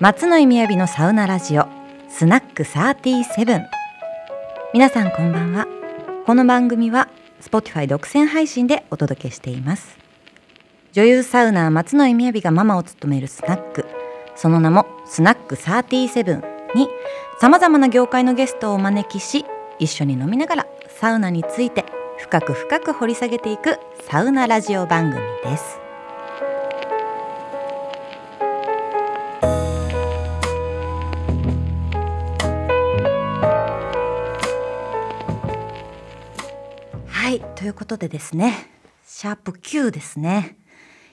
松野井みやびのサウナラジオスナック37皆さんこんばんはこの番組は Spotify 独占配信でお届けしています女優サウナー松野井みやびがママを務めるスナックその名もスナック37にさまざまな業界のゲストをお招きし一緒に飲みながらサウナについて深く深く掘り下げていくサウナラジオ番組ですはいということでですねシャープ9ですね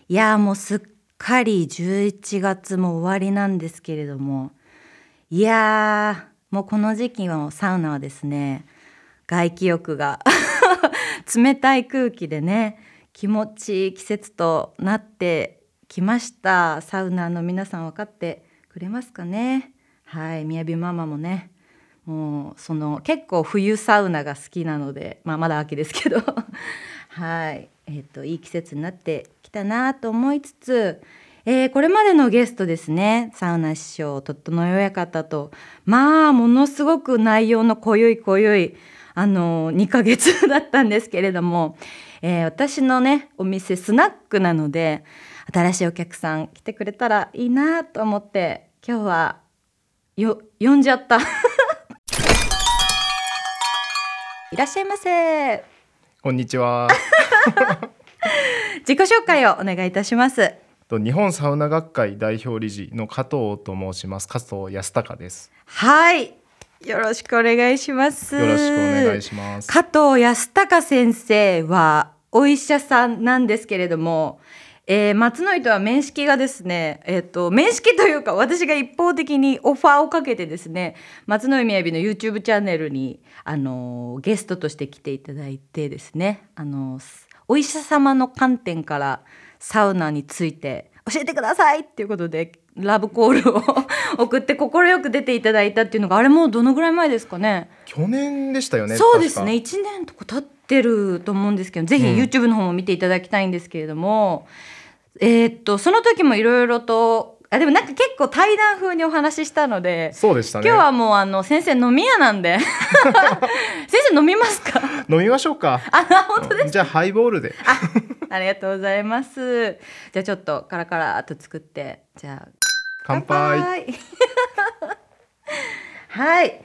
いやーもうすっかり11月も終わりなんですけれどもいやーもうこの時期はサウナはですね外気浴が 冷たい空気でね気持ちいい季節となってきましたサウナーの皆さん分かってくれますかねはいみやびママもねもうその結構冬サウナが好きなので、まあ、まだ秋ですけど はい、えー、といい季節になってきたなと思いつつ、えーこれまでのゲストですねサウナ師匠整え親方とまあものすごく内容の濃ゆい濃ゆいあの2ヶ月だったんですけれども、えー私のねお店スナックなので新しいお客さん来てくれたらいいなと思って今日はよ呼んじゃった。いらっしゃいませ。こんにちは。自己紹介をお願いいたします。と日本サウナ学会代表理事の加藤と申します。加藤康隆です。はい、よろしくお願いします。よろしくお願いします。加藤康隆先生はお医者さんなんですけれども、えー松野井とは面識がですね、えっ、と面識というか私が一方的にオファーをかけてですね、松野井みやびの YouTube チャンネルにあのーゲストとして来ていただいてですね、あのーお医者様の観点からサウナについて教えてくださいっていうことで。ラブコールを 送って快く出ていただいたっていうのがあれもうどのぐらい前ですかね去年でしたよね。そうですね確か。 1年とか経ってると思うんですけどぜひうん YouTube の方も見ていただきたいんですけれども、えーっとその時もいろいろとあでもなんか結構対談風にお話ししたので、そうでした今ね。日はもうあの先生飲み屋なん で先生飲みますか飲みましょうか。あ本当ですじゃあハイボールで。あありがとうございますじゃあちょっとカラカラっと作ってじゃあ乾杯。乾杯 はい。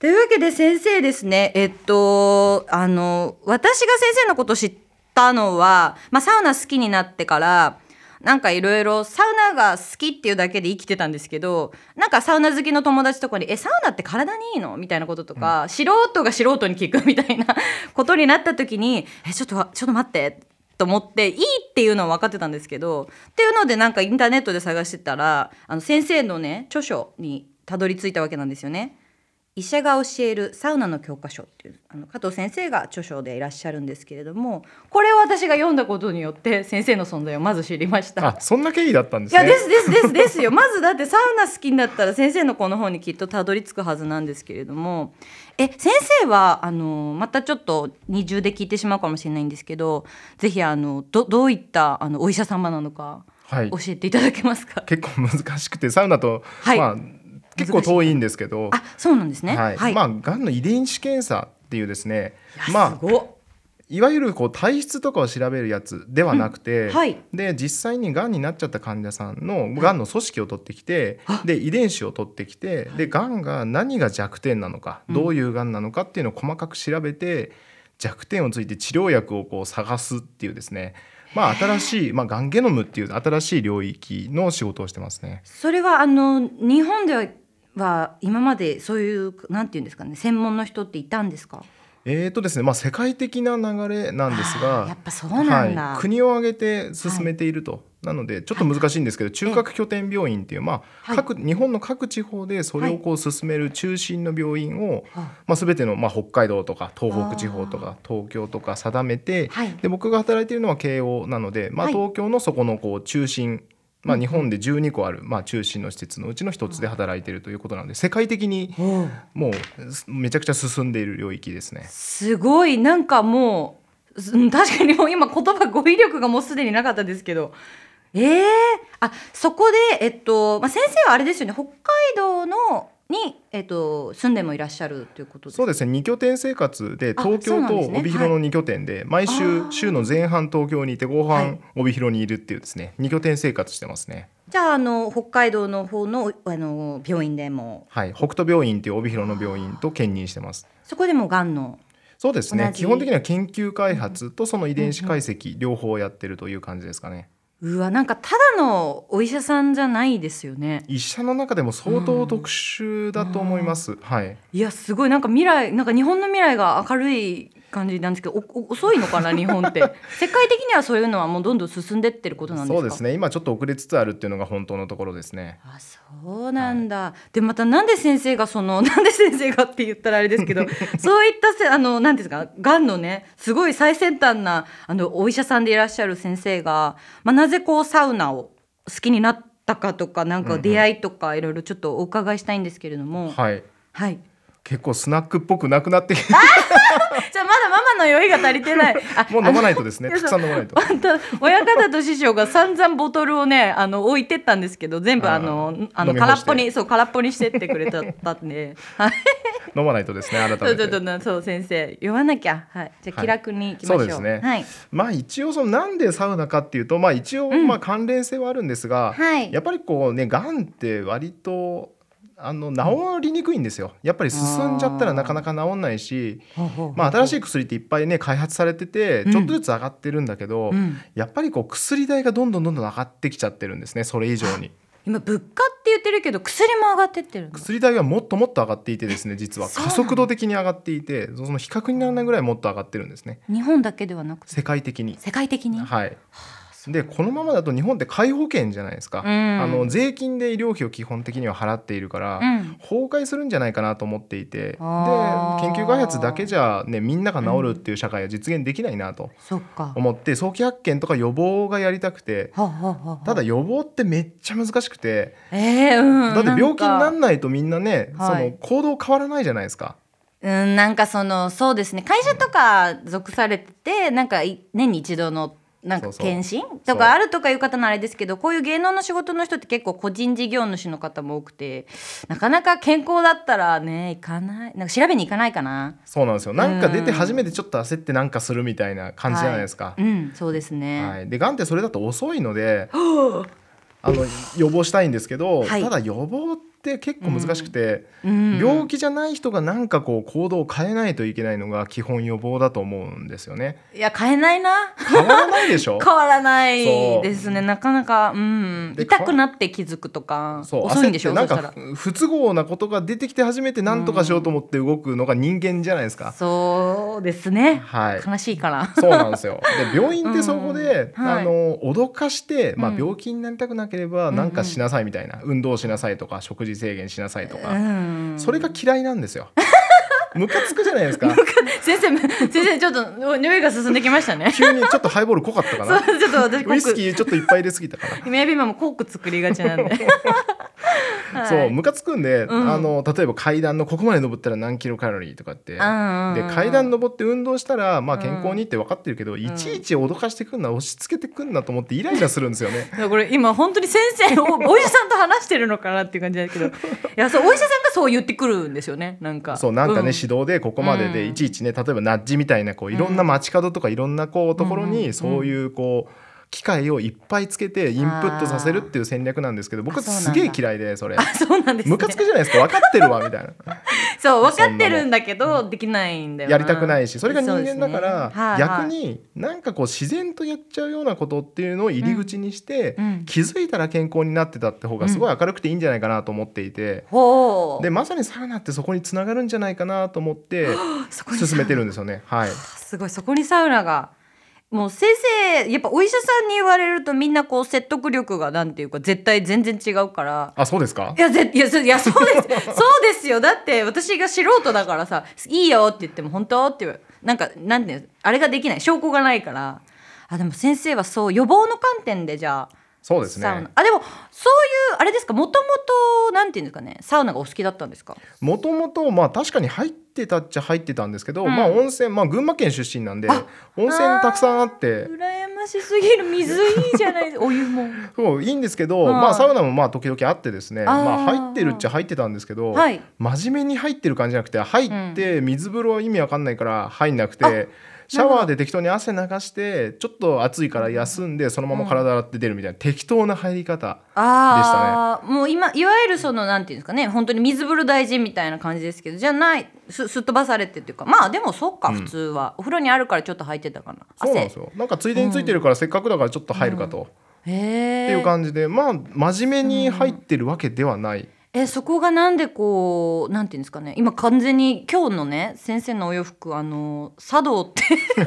というわけで先生ですね、えっと、あの、私が先生のこと知ったのは、まあ、サウナ好きになってから、なんかいろいろサウナが好きっていうだけで生きてたんですけどなんかサウナ好きの友達とかに「えサウナって体にいいの?」みたいなこととか、素人が素人に聞くみたいな ことになった時に「えちょっとわちょっと待って」と思っていいっていうのは分かってたんですけどっていうのでなんかインターネットで探してたらあの先生のね著書にたどり着いたわけなんですよね。医者が教えるサウナの教科書っていうあの加藤先生が著書でいらっしゃるんですけれどもこれを私が読んだことによって先生の存在をまず知りました。あ、そんな経緯だったんでいすね。やですですですですよまずだってサウナ好きになったら先生のこの本にきっとたどり着くはずなんですけれどもえ先生はあのまたちょっと二重で聞いてしまうかもしれないんですけどぜひあのどどういったあのお医者様なのかはい教。えていただけますか、結構難しくてサウナと、はいまあ結構遠いんですけど。あそうなんですねはい。はい、まあがんの遺伝子検査っていうですねい。やまあすごっいわゆるこう体質とかを調べるやつではなくて、うんはいで実際にがんになっちゃった患者さんのがんの組織を取ってきて、で遺伝子を取ってきて、でがんが何が弱点なのか、どういうがんなのかっていうのを細かく調べて弱点をついて治療薬をこう探すっていうですね、まあ、新しい、まあ、がんゲノムっていう新しい領域の仕事をしてますね。それはあの日本ではは今までそういうなんていうんですかね専門の人っていたんですかえーとですねまあ、世界的な流れなんですあーやがっぱそうなんだ、はい、国を挙げて進めていると、なのでちょっと難しいんですけど中核拠点病院っていう、まはあ、い各日本の各地方でそれをこう進める中心の病院を、はまあ、全ての、まあ、北海道とか東北地方とか東京とか定めて、はいで僕が働いているのは慶応なので、まあ、はい東京のそこのこう中心、まあ、日本で12個ある、まあ、中心の施設のうちの一つで働いているということなので世界的におうもうすめちゃくちゃ進んでいる領域ですね。すごいなんかもううん確かにもう今言葉語彙力がもうすでになかったですけどええあそこで、えっとまあ、先生はあれですよね北海道のに、えっと、住んでもいらっしゃるということですそうですね2拠点生活であ東そう京なんでとすね帯広の2拠点で、毎あー週週の前半東京にいて後は半い帯広にいるっていうですね2拠点生活してますね。じゃああの北海道の方のあの病院でもはい、北斗病院っていう帯広の病院と兼任してます。そこでもがんのそうです同ねじ基本的には研究開発とその遺伝子解析両方やってるという感じですかね。うわなんかただのお医者さんじゃないですよね医者の中でも相当特殊だと思います。はい、いやすごいなんか未来なんか日本の未来が明るい感じなんですけどおお遅いのかな日本 って世界的にはそういうのはもうどんどん進んでってることなんですかそうですね今ちょっと遅れつつあるっていうのが本当のところですね。あそうなんだ、でまたなんで先生がその なんで先生がって言ったらあれですけどそういったせあのなんていうんですかがんのねすごい最先端なあのお医者さんでいらっしゃる先生が、まあ、なぜこうサウナを好きになったかとかなんうんかうん出会いとかいろいろちょっとお伺いしたいんですけれども、はい、はい結構スナックっぽくなくなって きてじゃあまだママの酔いが足りてないあもう飲まないとです ねあのたくさん飲まないとあの本当親方と師匠が散々ボトルをねあの置いてったんですけど全部あのああーの飲み空干っしてぽにそう空っぽにしてってくれたったん ではい飲まないとですね改めてそうそうそうそう先生言わなきゃはいじゃあはい気楽に行きましょう、そうですねはいまあ一応そのなんでサウナかっていうとまあ一応うんまあ関連性はあるんですが、はいやっぱりこうねがんって割とあの治りにくいんですよやっぱり進んじゃったらなかなか治んないしまあ、新しい薬っていっぱいね開発されててうんちょっとずつ上がってるんだけど、うんやっぱりこう薬代がどんどんどんどん上がってきちゃってるんですねそれ以上に今物価って言ってるけど薬も上がってってるの薬代はもっともっと上がっていてですね実はそうな加の速度的に上がっていてその比較にならないぐらいもっと上がってるんですね日本だけではなくて世界的に世界的に、はいでこのままだと日本って皆保険じゃないですか、うんあの税金で医療費を基本的には払っているから、うん崩壊するんじゃないかなと思っていてで研あー究開発だけじゃ、ね、みんなが治るっていう社会は実現できないなとそっか思って早期発見とか予防がやりたくてはあはあはあはあただ予防ってめっちゃ難しくてえーうん、だって病気にななんんかないとみんなねそはのい行動変わらないじゃないですか。うんなんかそのそうですね会社とか属されててなんかい年に一度のなんそかうそう検診とそうかあるとかいう方のあれですけどこういう芸能の仕事の人って結構個人事業主の方も多くてなかなか健康だったらね行かないなんか調べに行かないかなそうなんですよなんか出てうん初めてちょっと焦ってなんかするみたいな感じじゃないですか。はうんそうですね、はい、でがんってそれだと遅いのであの予防したいんですけど、はいただ予防って結構難しくて、うん、病気じゃない人がなんかこう行動を変えないといけないのが基本予防だと思うんですよ ね。いや変えないな変わらないでしょ変わらないそうですねなかなかうんで痛くなって気づくとかそう遅いんでし焦ょってなんそしたから不不都合なことが出てきて初めて何とかしようと思って動くのが人間じゃないですか。そうですね、はい悲しいからそうなんですよで病院ってそこで、うんはいあの脅かして、まあ、うん病気になりたくなければ何かしなさいみたいな、運動しなさいとか食事制限しなさいとか、うんそれが嫌いなんで すよ。ムカつくじゃないですか。先生先生ちょっとお匂いが進んできましたね急にちょっとハイボール濃かったかそうな。ちょっと私コウイスッキーちょっといっぱい入れすぎたかクメアビーマンもコック作りがちなんで、はな。い そうムカつくんで、うんあの例えば階段のここまで登ったら何キロカロリーとかって。うんうんでうん階段登って運動したら、まあ、健康にって分かってるけど、いちいち脅かしてくんな押し付けてくんなと思ってイライラするんですよね。いやこれ今本当に先生おお医者さんと話してるのかなっていう感じだけ どいやそうお医者さんがそう言ってくるんですよねなんかそうなんかね、う指導でここまでで、うんいちいちね例えばナッジみたいなこういろんな街角とかいろんなこうところうんうんにそういうこう機械をいっぱいつけてインプットさせるっていう戦略なんですけどあ僕そうなんすだげえ嫌いでそれあ。 そうなんです、ね、ムカつくじゃないですか分かってるわみたい なそう分かってるんだけどできないんだよなやりたくないしそれが人間だから、逆そうですねになんかこう自然とやっちゃうようなことっていうのを入り口にして、うんうん気づいたら健康になってたって方がすごい明るくていいんじゃないかなと思っていて、ほうでまさにサウナってそこにつながるんじゃないかなと思ってそこに進めてるんですよね。はい、すごいそこにサウナがもう先生やっぱお医者さんに言われるとみんなこう説得力がなんていうか絶対全然違うから。あそうですかいやぜいやそいやそうです そうですよだって私が素人だからさ「いいよ」って言っても「本当?」っていうなんかなんていうのあれができない証拠がないからあでも先生はそう予防の観点でじゃあそうですサウねナあでもそういうあれですかもともとなんていうんですかねサウナがお好きだったんですかもともとまあ確かに入ってたっちゃ入ってたんですけど、うんまあ温泉まあ群馬県出身なんであ温泉たくさんあって羨ましすぎる水いいじゃないですお湯もそういいんですけど、はいまあサウナもまあ時々あってですねあーまあ入ってるっちゃ入ってたんですけど、はい真面目に入ってる感じじゃなくて入って水風呂は意味わかんないから入んなくて、シャワーで適当に汗流してちょっと暑いから休んでそのまま体洗って出るみたいな、適当な入り方ああ、もう今いわゆるそのなんていうんですかね本当に水風呂大事みたいな感じですけどじゃないすすっ飛ばされてっていうかまあでもそっかうん普通は、お風呂にあるからちょっと入ってたかなそうなん汗ですよなんかついでについてるからせっかくだからちょっと入るかと、っへていえう感じでまあ真面目に入ってるわけではない、えそこがなんでこうなんていうんですかね今完全に今日のね先生のお洋服あの茶道って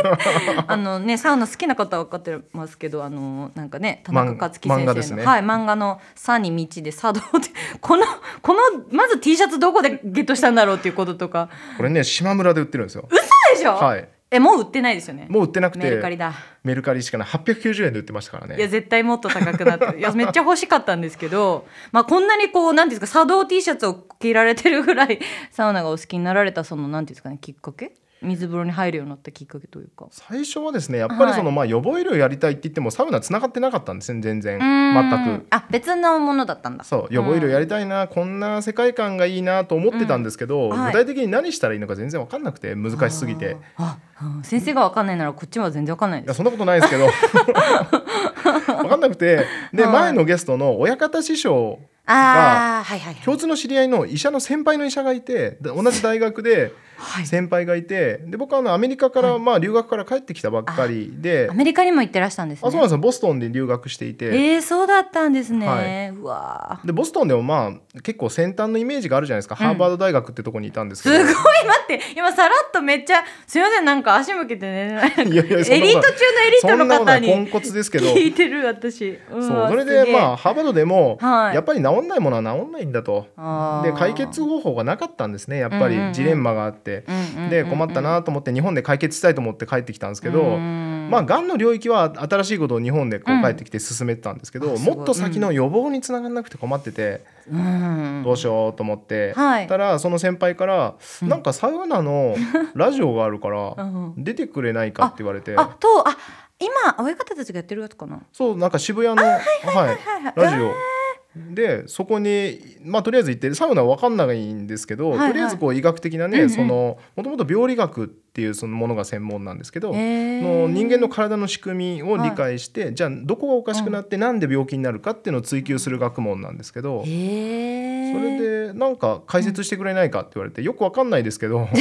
あのねサウナ好きな方は分かってますけどあのなんかね田中漫克樹先生の漫画ですねはい漫画の「さ」に道で茶道ってこのこのまず T シャツどこでゲットしたんだろうっていうこととかこれね島村で売ってるんですよそうでしょ、はいえもう売ってないですよねもう売ってなくてメルカリだメルカリしかない890円で売ってましたからいやね絶対もっと高くなってる いやめっちゃ欲しかったんですけど、まあ、こんなにこうなんていうんですか茶道 T シャツを着られてるぐらい サウナがお好きになられたそのなんていうんですかねきっかけ水風呂に入るようになったきっかけというか。最初はですねやっぱりその、はまあ予防医療やりたいって言ってもサウナ繋がってなかったんですね全然うーん全くあ別のものだったんだそう予防医療やりたいな、こんな世界観がいいなと思ってたんですけど、うんはい具体的に何したらいいのか全然分かんなくて難しすぎてあ、うん先生がわかんないならこっちは全然わかんないいでやすそんなことない ですけど分かんなくてで、はい前のゲストの親方師匠ああはいはいはい共通の知り合いの医者の先輩の医者がいてで同じ大学ではい先輩がいてで僕はあのアメリカから、まあ、留学から帰ってきたばっかりでアメリカにも行ってらしたんですあねそうなんですよボストンで留学していて。えー、そうだったんですね、はうわーでボストンでもまあ結構先端のイメージがあるじゃないですか、うんハーバード大学ってとこにいたんですけすどごい待って今さらっとめっちゃすいませんなんか足向けて寝れないいやいやそんエなリートこ中とのエリーそトのんなこと方ないポにンコツですけど聞いてる私。そうそうそれでまあハーバードでも、はいやっぱり治んないものは治んないんだとあで解決方法がなかったんですねやっぱうんうんうんりジレンマがあって、で困ったなと思って日本で解決したいと思って帰ってきたんですけど、まあまがんの領域は新しいことを日本でこうんう帰ってきて進めてたんですけど、あすごいもっと先の予防につながらなくて困ってて、あどうしようと思って、はいたらその先輩から、なんかサウ ナのラジオがあるからうん出てくれないかって言われて。あとあ今親方たちがやってるやつかな。そうなんか渋谷のはいはいはいラジオでそこにまあとりあえず行ってサウナは分かんないんですけど、はいはいとりあえずこう医学的なね、うんうんそのもともと病理学っていうそのものが専門なんですけど、えーの人間の体の仕組みを理解して、じゃあどこがおかしくなって、なんで病気になるかっていうのを追求する学問なんですけど。えーそれでなんか解説してくれないかって言われてよくわかんないですけど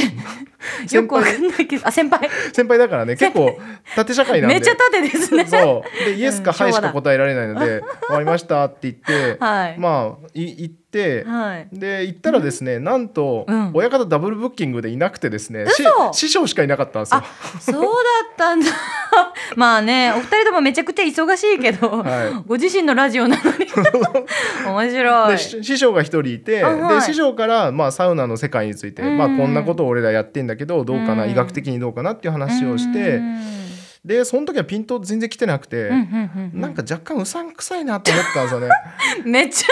よくわかんないけどあ先輩先輩だからね結構縦社会なんでめっ ちゃ縦ですね。そうでイエスかうんハイ昭し和かだ答えられないの で「終わりました」って言って、はい。まあい行って、はい。で行ったらですね、なんと、うん親方ダブルブッキングでいなくてですね、し嘘師匠しかいなかったんですよ。そうだったんだ。 まあねお二人ともめちゃくちゃ忙しいけど、はご自身のラジオな のに面白いで。し師匠が一人いて、あはいで師匠から、まあ、サウナの世界について、うんまあ、こんなことを俺らやってんだけどどうかな、うん医学的にどうかなっていう話をして、うんうんでその時はピント全然来てなくて、うんうんなんか若干うさんくさいなと思ったんです よね。めっちゃ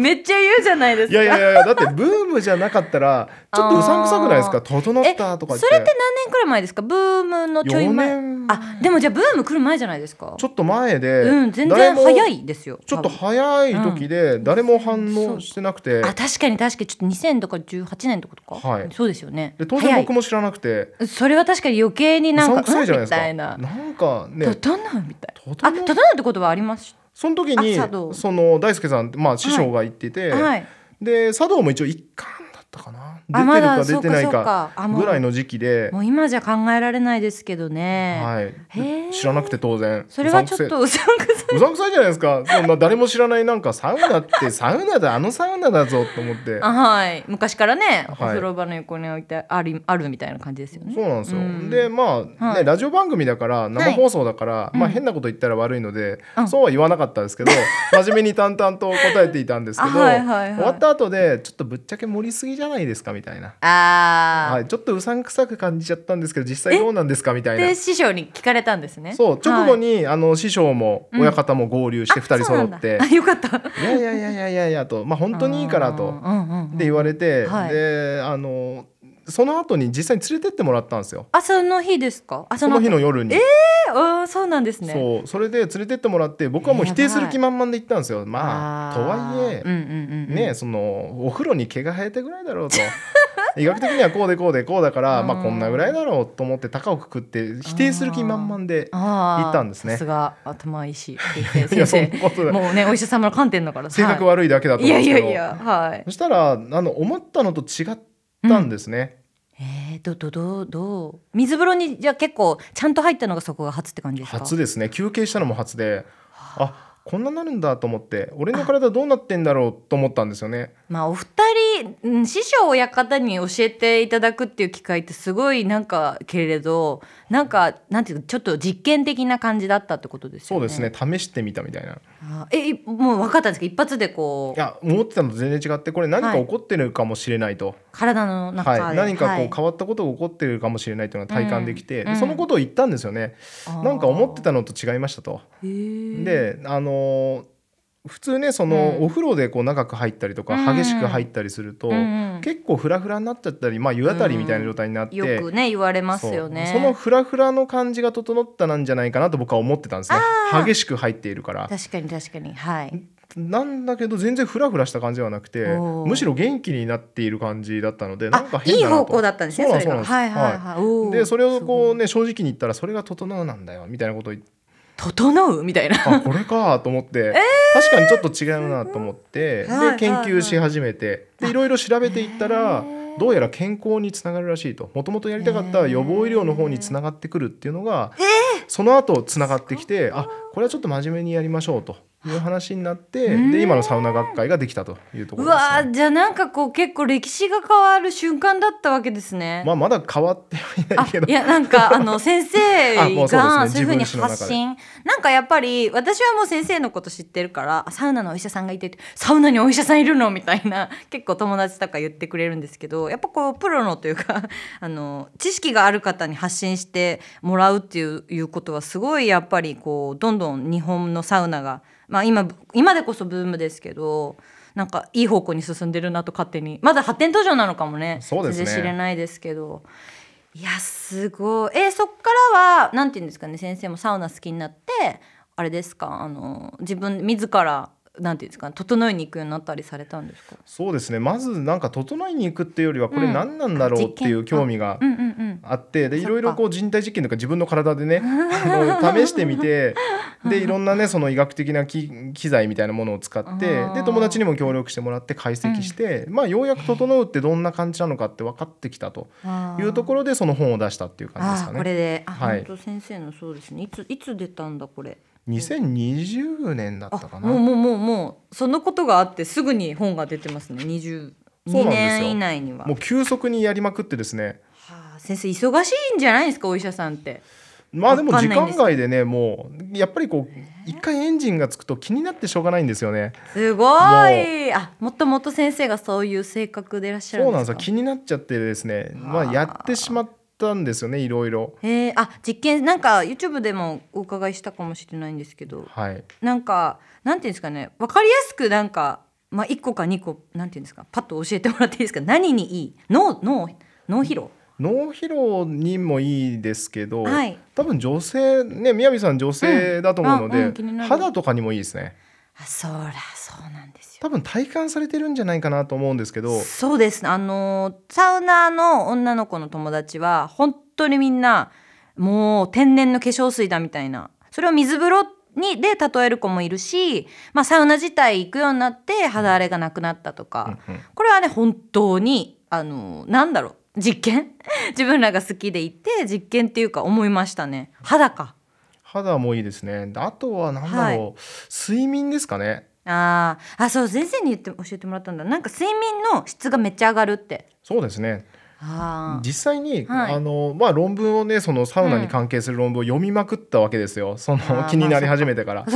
めっちゃ言うじゃないですいか。やいやいやいやだってブームじゃなかったらちょっとうさんくさくないですあか「ー整った」とか言ってそれって何年くらい前ですかブームのちょい4前年あでもじゃあブーム来る前じゃないですかちょっと前で、うん全誰然も早いですよちょっと早い時で誰も反応してなく多て、分あ確かに確かにちょっと2000とか18年とかとか、はいそうですよねで当然僕もも知らなくてそれは確かに余計にうなんかさんくさいじゃうみなんいですかたいな、なんとかねどんなんみたいとあ整てもうってことはありますその時にあ茶道その大輔さんまあ師匠が言ってて、はいで茶道も一応一貫だったかな出あまだてるか出てないそうかそうかかあもうぐらいの時期で、もう今じゃ考えられないですけどね、はいへーで、知らなくて当然それはちょっとうさんくさいうさんくさいじゃないですかそんな誰も知らないなんかサウナってサウナだあのサウナだぞと思ってあはい昔からね、はいお風呂場の横に置いてありあるみたいな感じですよねそうなんですよ、うんでまあ、はいね、ラジオ番組だから生放送だから、いまあ、うん変なこと言ったら悪いので、うんそうは言わなかった ですけど真面目に淡々と答えていたんですけど、あはいはいはい終わった後でちょっとぶっちゃけ盛りすぎじゃないですかみたいな、ああ、はい、ちょっとうさんくさく感じちゃったんですけど実際どうなんですかみたいなで。師匠に聞かれたんですねそう直後、に、あの師匠もうん親方も合流して2人揃っあそうなんてだあよかった「いやいやいやいやいやいや」と「まあ本当にいいから」と。で言われれて、はいであのその後に実際に連れてってもらったんですよあその日ですかあその日の夜に、えあーそうなんですねそうそれで連れてってもらって僕はもう否定する気満々で行ったんですよまあとはいえ、うんうんうんうん、ねそのお風呂に毛が生えてぐらいだろうと医学的にはこうでこうでこうだから、まうあんこんなぐらいだろうと思って高をくくって否定する気満々であー行ったんですねさすが頭いいし先 い生やそん先なこ生とないもうねお医者様の観点だから性格は悪いだけだといい思うんやいですけやどいやはいそしたらあの思ったのと違ったんですね、えー、どどどうどう水風呂にじゃあ結構ちゃんと入ったのがそこが初って感じですか初ですね休憩したのも初であこんななるんだと思って俺の体どうなってんだろうと思ったんですよねまあお二人うん師匠親方に教えていただくっていう機会ってすごいなんかけれどなんかなんていうかちょっと実験的な感じだったってことですそようね。ですね試してみたみたいなあえいもう分かったんですか一発でこいうや思ってたのと全然違ってこれ何かはい起こってるかもしれないと、体の中はで、い何かはこいう変わったことが起こってるかもしれないというのが体感できて、うんうんそのことを言ったんですよね、あーなんか思ってたのと違いましたと。へーであのー普通ねその、うんお風呂でこう長く入ったりとかうん激しく入ったりすると、うんうん結構フラフラになっちゃったり、まあ、湯あたりみたいな状態になって、よくね言われますよね。そうそのフラフラの感じが整ったなんじゃないかなと僕は思ってたんですねあー激しく入っているから確かに確かにはい。なんだけど全然フラフラした感じではなくておーむしろ元気になっている感じだったのでなあんか変いいだなと方向だったんですねそうそなんれそうなんが。ですはいはいはい。おーでそれをこすうね正直に言ったらそれが整うなんだよみたいなことを 言ってごい整うみたいな。あこれかと思って、確かにちょっと違うなと思ってではい研究し始めてでいろいろ調べていったへらーどうやら健康につながるらしいともともとやりたかった予防医療の方につながってくるっていうのがその後つながってきてあこれはちょっと真面目にやりましょうという話になってうんで今のサウナ学会ができたというとこうろですわね。ーじゃあなんかこう結構歴史が変わる瞬間だったわけですね。まあ、まだ変わってはいなあいけどいやなんかあ の先生あもうそうですねがそういうふうに自分史の中で発信なんかやっぱり私はもう先生のこと知ってるからあサウナのお医者さんがいてサウナにお医者さんいるのみたいな 結構友達とか言ってくれるんですけどやっぱこうプロのというか あの知識がある方に発信してもらうっていういうことはすごいやっぱりこうどんどん日本のサウナが、まあ、今今でこそブームですけど。なんかいい方向に進んでるなと勝手にまだ発展途上なのかもねそうですね全然知れないですけどいやすごいえーそっからはなんていうんですかね先生もサウナ好きになってあれですかあの自分自らなんていうんですか整いに行くようになったりされたんですかそうですねまずなんか整いに行くっていうよりはこれうん何なんだろうってい実験う興味がうんうんうんあってでそっいかろいろこう人体実験とか自分の体 でねあの試してみてでいろんなねその医学的な機機材みたいなものを使ってあーで友達にも協力してもらって解析して、まあようやく整うってどんな感じなのかって分かってきたとあーいうところでその本を出したっていう感じあですーかこね。れであ、はい本当先生のそうですねいついつ出たんだこれ2020年だったかあな。もうもうもうもうそのことがあってすぐに本が出てますね22そうなんですよ年以内にはもう急速にやりまくってですねはあ先生忙しいんじゃないですかお医者さんってまあでもわか時んないんで間す外でねもうやっぱりこう一回エンジンがつくと気になってしょうがないんですよね。すごいあもともと先生がそういう性格でいらっしゃるそうんなんでですすかよ気になっちゃってですねまあはあやってしまったんですよねいろいろへえあ実験なんか YouTube でもお伺いしたかもしれないんですけどはいなんかなんていうんですかねわかりやすくなんか、まあ、1個か2個なんていうんですかパッと教えてもらっていいですか何にいい脳脳脳疲労脳疲労にもいいですけど、はい多分女性ねみやびさん女性だと思うので、うんあうん気になる肌とかにもいいですねあそらそうなんですよ多分体感されてるんじゃないかなと思うんですけどそうですあのサウナーの女の子の友達は本当にみんなもう天然の化粧水だみたいなそれを水風呂にで例える子もいるし、まあ、サウナ自体行くようになって肌荒れがなくなったとか、うんうんこれはね本当にあのなんだろう実験 自分らが好きでいて実験っていうか思いましたね肌か肌もいいですねであとは何だろう、睡眠ですかねあーあそう先生に言って教えてもらったんだなんか睡眠の質がめっちゃ上がるってそうですねあー実際に、はいあのまあ、論文をねそのサウナに関係する論文を読みまくったわけですよ、そのあー 気になり始めてから。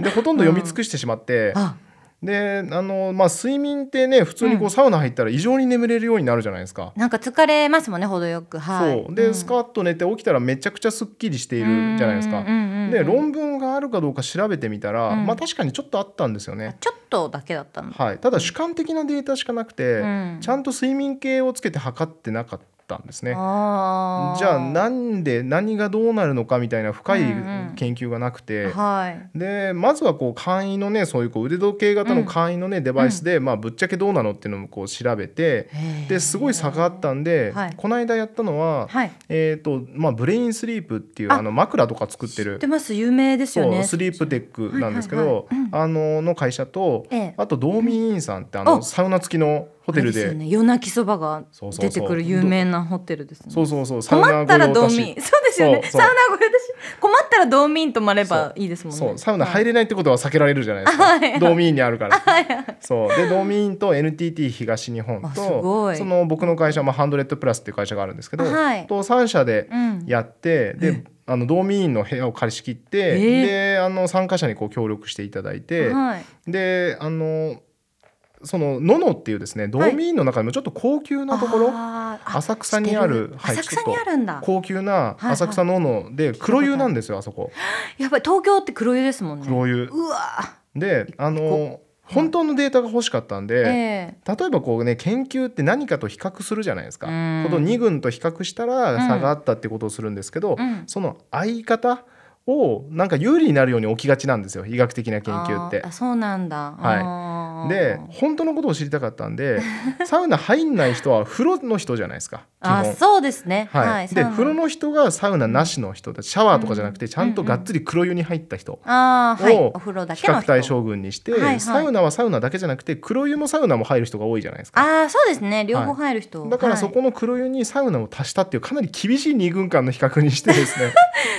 でほとんど読み尽くしてしまって、あであの、まあ、睡眠ってね普通にこうサウナ入ったら異常に眠れるようになるじゃないですか。なんか疲れますもんね程よくはいそうで、スカッと寝て起きたらめちゃくちゃすっきりしているじゃないですか。で論文があるかどうか調べてみたら、うんまあ、確かにちょっとあったんですよあね。ちょっとだけだったの、はい、ただ主観的なデータしかなくて、うんちゃんと睡眠計をつけて測ってなかったんですね。あーじゃあなんで何がどうなるのかみたいな深いうんうん研究がなくて、はいでまずはこう簡易のねそういうこう腕時計型の簡易のね、デバイスで、まあ、ぶっちゃけどうなのっていうのもこう調べてですごい差があったんで、はいこの間やったのは、はいえーとまあ、ブレインスリープっていうああの枕とか作って知るってます有名ですよそうねスリープテックなんですけはいはいど、あのの会社と、ええあとドーミーインさんってあのおサウナ付きのホテルあれすよで。ね、夜泣きそばがそうそうそ出うてくる有名なホテルですねそうそうそうサウ困ナったら御道用達民そうですよねそうサそうウナご用だし困ったら道民泊まればいいですもんねそうサウナ入れないってことは避けられるじゃないですはい はかいドーミーインにあるからそうでドーミーインと NTT 東日本あすごといその僕の会社、まあ、ハンドレッドプラスっていう会社があるんですけど、はいと3社でうんやって、であのドーミーインの部屋を借りし切って、えーであの参加者にこう協力していただいて、はいであのそのののっていうですねドーミーインの中でもちょっと高級なところ、あーあ浅草にあ知っるてはい浅ちょ草っとにあるんだ高級な浅草のので黒湯なんですよあそこやっぱり東京って黒湯ですもんね黒湯。うわであの本当のデータが欲しかったーんで、え例えばこうね研究って何かと比較するじゃないですか。うんこの2群と比較したら差があったってことをするんですけど、うんその相方をなんか有利になるように置きがちなんですよ医学的なえ研究ってあーあ。そうなんだはいはいで本当のことを知りたかった んでサウナ入んない人は風呂の人じゃないですか基あ本。そうですねはいはいでサウナ風呂の人がサウナなしの人だシャワーとかじゃなくてちゃんとがっつり黒湯に入った人。あーはいをお風呂だ比けの較人対象群にして、はいはいサウナはサウナだけじゃなくて黒湯もサウナも入る人が多いじゃないですかああそうですね両方入る人、だからそこの黒湯にサウナを足したっていうかなり厳しい二軍間の比較にしてで すねはい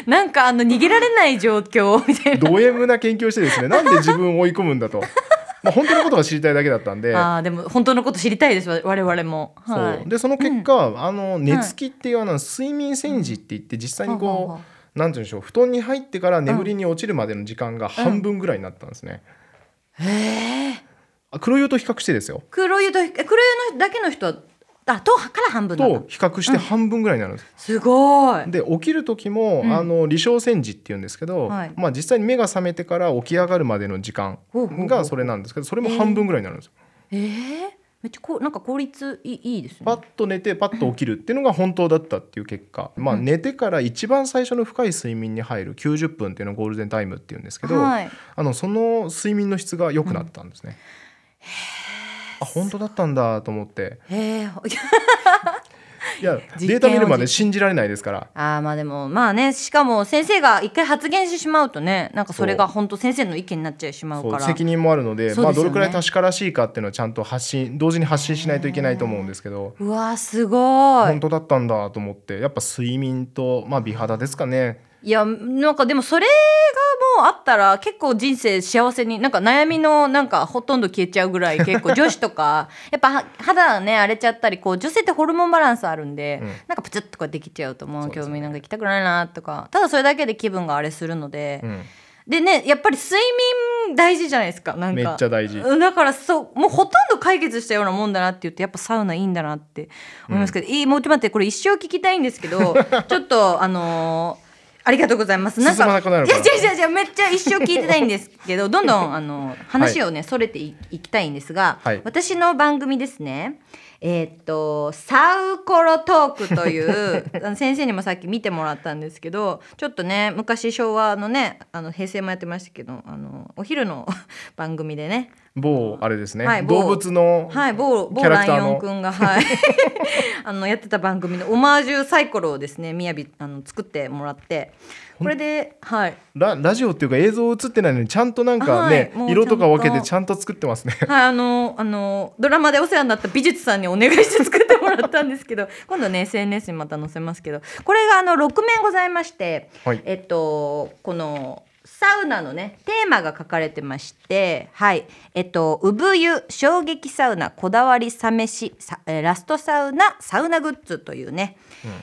なんかあの逃げられない状 況みたいド M な研究をしてですねなんで自分を追い込むんだと、 まあ、本当のことが知りたいだけだったんで。なあーでも本当のこと知りたいですわ我々もそうはいでその結果、あの寝つきっていうあの睡眠戦時って言って実際にほうほうほこうなんて言うんでしょう布団に入ってから眠りに落ちるまでの時間が半分ぐらいになったんですね。へえあ黒湯と比較してですよ。黒湯とえ黒湯のだけの人はあとから半分なんだと比較して半分ぐらいになるんです。すごいで起きる時も、うんあの離床戦時っていうんですけど、はいまあ、実際に目が覚めてから起き上がるまでの時間ほうほうほうがそれなんですけどそれも半分ぐらいになるんですよ。ええめっちゃこうなんか効率いいいいですパねッと寝てパッと起きるっていうのが本当だったっていう結果、まあ、うん寝てから一番最初の深い睡眠に入る90分っていうのをゴールデンタイムっていうんですけど、はいあのその睡眠の質が良くなったんですね。あ本当だったんだと思ってへえいや実験をデータ見るまで信じられないですから あーまあでもまあねしかも先生が一回発言してしまうとねなんかそれが本当先生の意見になっちゃいしまうそかうら責任もあるのでそうまあ、ですよどねれくらい確からしいかっていうのはちゃんと発信同時に発信しないといけないと思うんですけどうわーすごい本当だったんだと思ってやっぱ睡眠と、まあ、美肌ですかねいやなんかでもそれがもうあったら結構人生幸せになんか悩みのなんかほとんど消えちゃうぐらい結構女子と かやっぱは肌がね荒れちゃったりこう女性ってホルモンバランスあるんで、うんなんかプツッとかできちゃうと思うそうで興すね味なんか行きたくないなとかただそれだけで気分があれするので、うんでねやっぱり睡眠大事じゃないですかなんかめっちゃ大事うんだからそうもうほとんど解決したようなもんだなって言ってやっぱサウナいいんだなって思いますけど、いいもうちょっと待ってこれ一生聞きたいんですけ どちょっとあのーありがとうございます。進まなくなるいかや ら違う違う違うめっちゃ一生聞いてたいんですけ ど、どんどんあの話をね、それていいきたいんですが、はい私の番組ですね。えーっとサウコロトークという あの先生にもさっき見てもらったんですけどちょっとね昔昭和のねあの平成もやってましたけどあのお昼の 番組でね某あれですね、はい某動物のはい、某某キャララクイターオンのくんが、はい、 あのやってた番組のオマージュサイコロをですね、みやびあの作ってもらって、これで、はい、ララジオっていうか映像映ってないのにちゃんとなんかね、はいもう色とか分けてちちゃんと作ってますね。はい、あの、あの、ドラマでお世話になった美術さんにお願いして作ってもらったんですけ ど、今度ね、SNS にまた載せますけど、これがあの、6面ございまして、はいえっと、この、サウナのね、テーマが書かれてまして、はい、えっと、産湯、衝撃サウナ、こだわりサ飯、さえーラストサウナ、サウナグッズというね、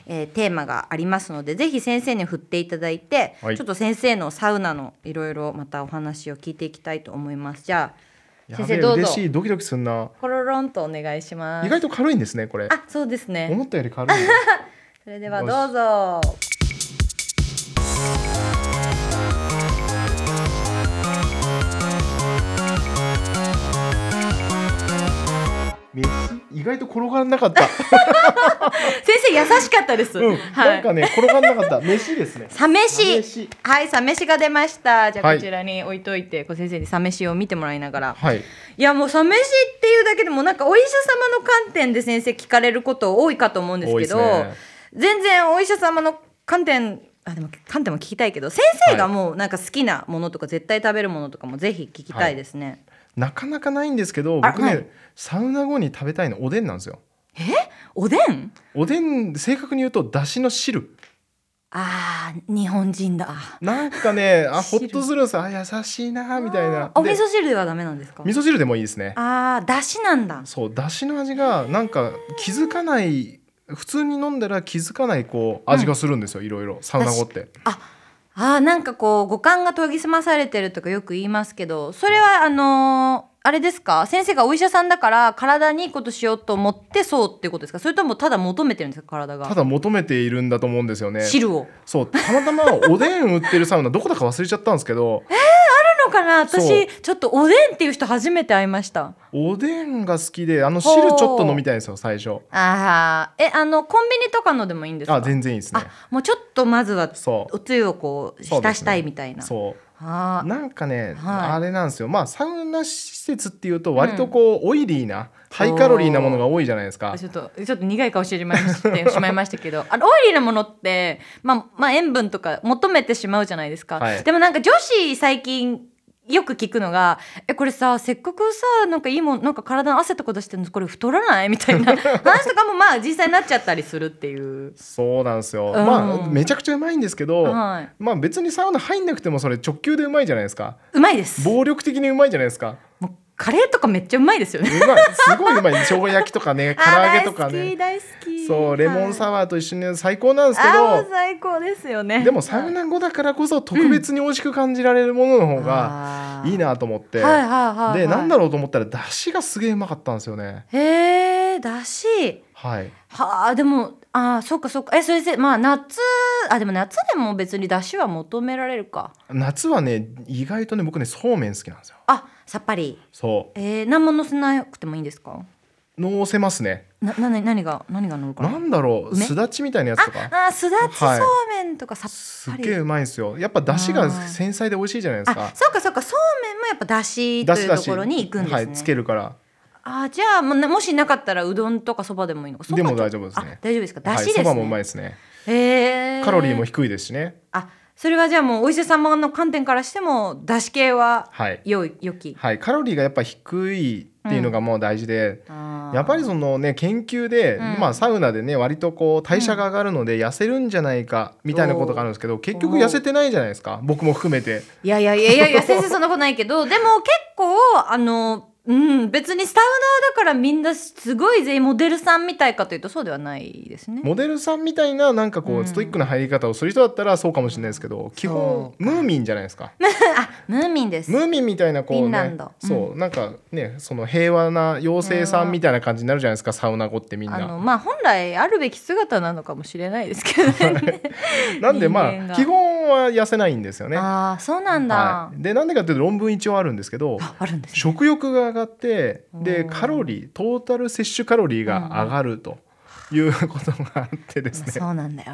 えーテーマがありますので、ぜひ先生に振っていただいて、はいちょっと先生のサウナのいろいろまたお話を聞いていきたいと思います。じゃあ、 や先べ生えどうぞ嬉しいドキドキすんなコロロンとお願いします意外と軽いんですねこれあそうですね思ったより軽い ねそれではどうぞ飯意外と転がらなかった、先生優しかったです、うんはなんいかね転が らなかった飯ですねサ飯飯はいサ飯が出ましたじゃあはいこちらに置いといて、こう先生にサ飯を見てもらいながらはいいやもうサ飯っていうだけでもなんかお医者様の観点で先生聞かれること多いかと思うんです多いでけすどね全然お医者様の観点あでも観点も聞きたいけど先生がもうなんか好きなものとか絶対食べるものとかもぜひ聞きたいですね、なかなかないんですけどあ僕ないねサウナ後に食べたいのおでんなんですよおでんおでん正確に言うとだしの汁あー日本人だなんかねあほっ汁とするんですよあ優しいなみたいなおで味噌汁ではダメなんですか味噌汁でもいいですねあーだしなんだそうだしの味がなんか気づかない普通に飲んだら気づかないこう味がするんですよ、いろいろサウナ後ってあーなんかこう五感が研ぎ澄まされてるとかよく言いますけどそれはあのーあれですか先生がお医者さんだから体にいいことしようと思ってそうっていうことですかそれともただ求めてるんですか体がただ求めているんだと思うんですよね汁をそうたまたま おでん売ってるサウナどこだか忘れちゃったんですけどのかなそう私ちょっとおでんっていう人初めて会いましたおでんが好きであの汁ちょっと飲みたいんですよ最初あーえあのコンビニとかのでもいいんですかあ全然いいですねあもうちょっとまずはそおつゆをこうそうですね浸したいみたいな、そうあーなんかね、はいあれなんですよまあサウナ施設っていうと割とこう、オイリーなハイカロリーなものが多いじゃないですかちょっとちょっと苦い顔してしまいましてしまいましたけどあのオイリーなものって、まあ、まあ塩分とか求めてしまうじゃないですか、はいでもなんか女子最近よく聞くのが「えこれさせっかくさなんかいいもんなんか体の汗とか出してるのこれ太らない?」みたい な話とかもまあ実際になっちゃったりするっていう。そうなんですよ、んまあめちゃくちゃうまいんですけど、はいまあ別にサウナ入んなくてもそれ直球でうまいじゃないですかうまいです暴力的にうまいじゃないですかもうカレーとかめっちゃうまいですようねまいすごいうまい生姜焼きとかね 唐揚げとかね大好き大好きそうレモンサワーと一緒に最高なんですけあーど最高ですよねでもサウナ後だからこそ特別に美味しく感じられるものの方があーいいなと思って、はいはいはい、はい、でなんだろうと思ったら出汁がすげえうまかったんですよねへえだしはいはあでもあーそうかそうかえそれでまあ夏あでも夏でも別にだしは求められるか夏はね意外とね僕ねそうめん好きなんですよあさっぱりそえー、何も乗せなくてもいいんですかうのせますねなな何が何が乗るかななんだろう梅すだちみたいなやつとかあーすだちはいそうめんとかさすっっぱげり、えうまいんですよやっぱ出汁が繊細で美味しいじゃないですあかそうかそうかそうめんもやっぱだしと出い汁うだとしころに行くんですね、はいつけるからあじゃあもうねもしなかったらうどんとかそばでもいいのかそばでもと大丈夫ですあね大丈夫ですかだはいしですそね、ばもうまいですねへーカロリーも低いですしねあそれはじゃあもうお医者様の観点からしてもだし系ははい良い良きはいカロリーがやっぱ低いっていうのがもう大事で、あーやっぱりそのね研究で、んまあ、サウナでね割とこう代謝が上がるので痩せるんじゃないかみたいなことがあるんですけど結局痩せてないじゃないですか僕も含めていやいやいやいやいや先生そんなことないけど でも結構あのうん別にサウナーだからみんなすごい全員モデルさんみたいかというとそうではないですね。モデルさんみたいななんかこうストイックな入り方をする人だったらそうかもしれないですけど基本ムーミンじゃないですかムーミンです。ムーミンみたいなこフィうンラねンドうんそうなんかねその平和な妖精さんみたいな感じになるじゃないですかサウナ後ってみんあな。のまあ本来あるべき姿なのかもしれないですけどねなんでま人間あが基本は痩せないんですよね。ああそうなんだ。はい、でなんでかっていうと論文一応あるんですけどああるんですね。食欲が上がってでおーカロリートータル摂取カロリーが上がるということがあってですね、そうなんだよ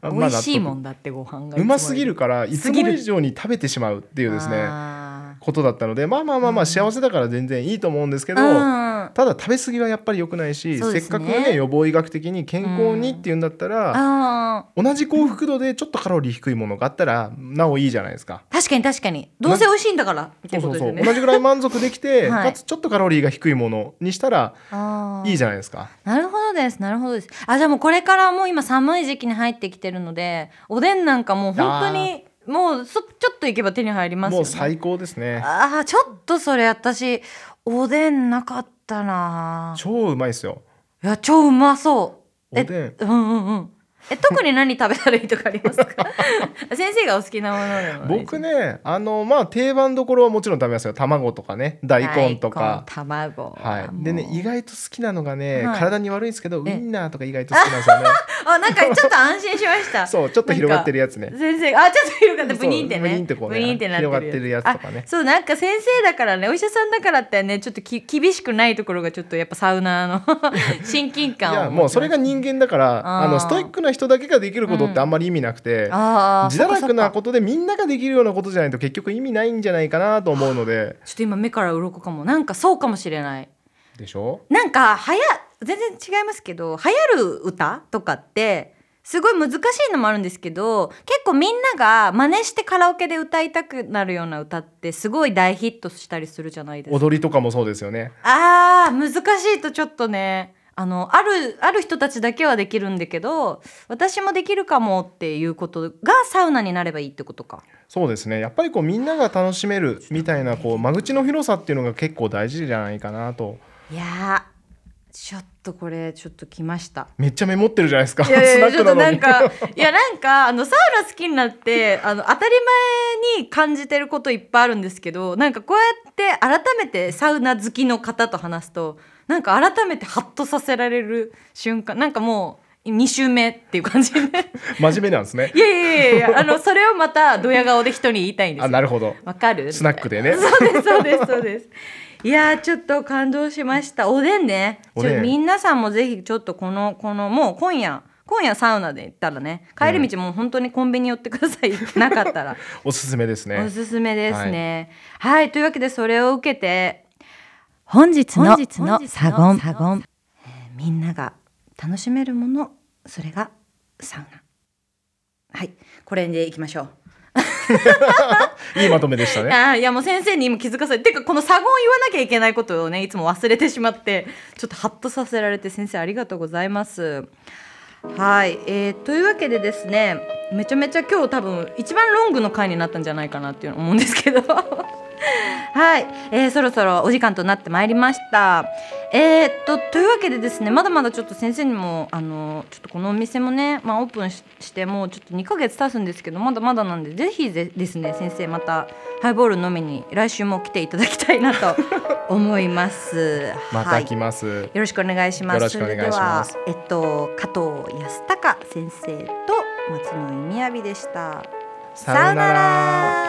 あな。ま美あ味しいもんだってご飯がうますぎるからいつすもぎる以上に食べてしまうっていうですねあことだったのでまあまあまあまあ幸せだから全然いいと思うんですけど、ーうん。ただ食べ過ぎはやっぱり良くないし、そうせでっすかねくね予防医学的に健康にっていうんだったら、ああ同じ幸福度でちょっとカロリー低いものがあったらなおいいじゃないですか。確かに確かにどうせ美味しいんだからってそうこそとですうそようね。同じぐらい満足でき て、はいかつちょっとカロリーが低いものにしたらああいいじゃないですか。なるほどですなるほどです。あじゃあもうこれからもう今寒い時期に入ってきてるのでおでんなんかもう本当にもうそちょっと行けば手に入りますもようね。最高ですね。ああちょっとそれ私おでんなかったな。超うまいですよ。いや超うまそう。おでんうんうんうん。え特に何食べたらいいとかありますか 先生がお好きなものでもない僕ねあのまあ定番どころはもちろん食べますよ卵とかね大根とか大根卵はい、でねもう意外と好きなのがね、はい体に悪いんですけどウえインナーとか意外と好きなんです よねあなんかちょっと安心しました そうちょっと広がってるやつね先生あちょっと広がってブニンってねそうブニンってこうねブニンってなってる広がってるやつとかねあそうなんか先生だからねお医者さんだからってねちょっとき厳しくないところがちょっとやっぱサウナーの 親近い感をやもうそれが持ち人間だからあーあのストイックな人だけができることってあんまり意味なくまて、すあー自堕落そっかそっなかことでみんなができるようなことじゃないと結局意味ないんじゃないかなと思うのでちょっと今目から鱗かもなんかそうかもしれないでしょなんかはや全然違いますけど流行る歌とかってすごい難しいのもあるんですけど結構みんなが真似してカラオケで歌いたくなるような歌ってすごい大ヒットしたりするじゃないですか。踊りとかもそうですよねあー難しいとちょっとねあのあるある人たちだけはできるんだけど私もできるかもっていうことがサウナになればいいってことか。そうですねやっぱりこうみんなが楽しめるみたいなこう間口の広さっていうのが結構大事じゃないかなといやーちょっとこれちょっと来ました。めっちゃメモってるじゃないですかいやいやちょスナッっクとななのんにかいやなんかあのサウナ好きになってあの当たり前に感じてることいっぱいあるんですけどなんかこうやって改めてサウナ好きの方と話すとなんか改めてハッとさせられる瞬間なんかもう2週目っていう感じで 真面目なんですねいやいやいやいやあのそれをまたドヤ顔で人に言いたいんであすよなるほどわかるスナックでねそうですそうですそうです。いやーちょっと感動しました。おでんね。おでんちょ皆さんもぜひちょっとこのこのもう今夜今夜サウナで行ったらね帰り道もう本当にコンビニ寄ってください、なか ったらおすすめですねおすすめですね。はい、というわけでそれを受けて本日のサゴンサゴン、えーみんなが楽しめるものそれがサウナ。はいこれでいきましょう。いいまとめでしたねあーいやもう先生に今気づかされてかこの作言言わなきゃいけないことをねいつも忘れてしまってちょっとハッとさせられて先生ありがとうございます。はい、えーというわけでですねめちゃめちゃ今日多分一番ロングの回になったんじゃないかなっていうの思うんですけどはい、えーそろそろお時間となってまいりました。えーっとというわけでですねまだまだちょっと先生にもあのちょっとこのお店もね、まあ、オープンししてもうちょっと2ヶ月経つんですけどまだまだなんでぜひぜですね先生またハイボール飲みに来週も来ていただきたいな と思います。まはたい来ます。よろしくお願いします。よろしくお願いしますそれではえっと加藤康隆先生と松野由美やびでした。さようなら。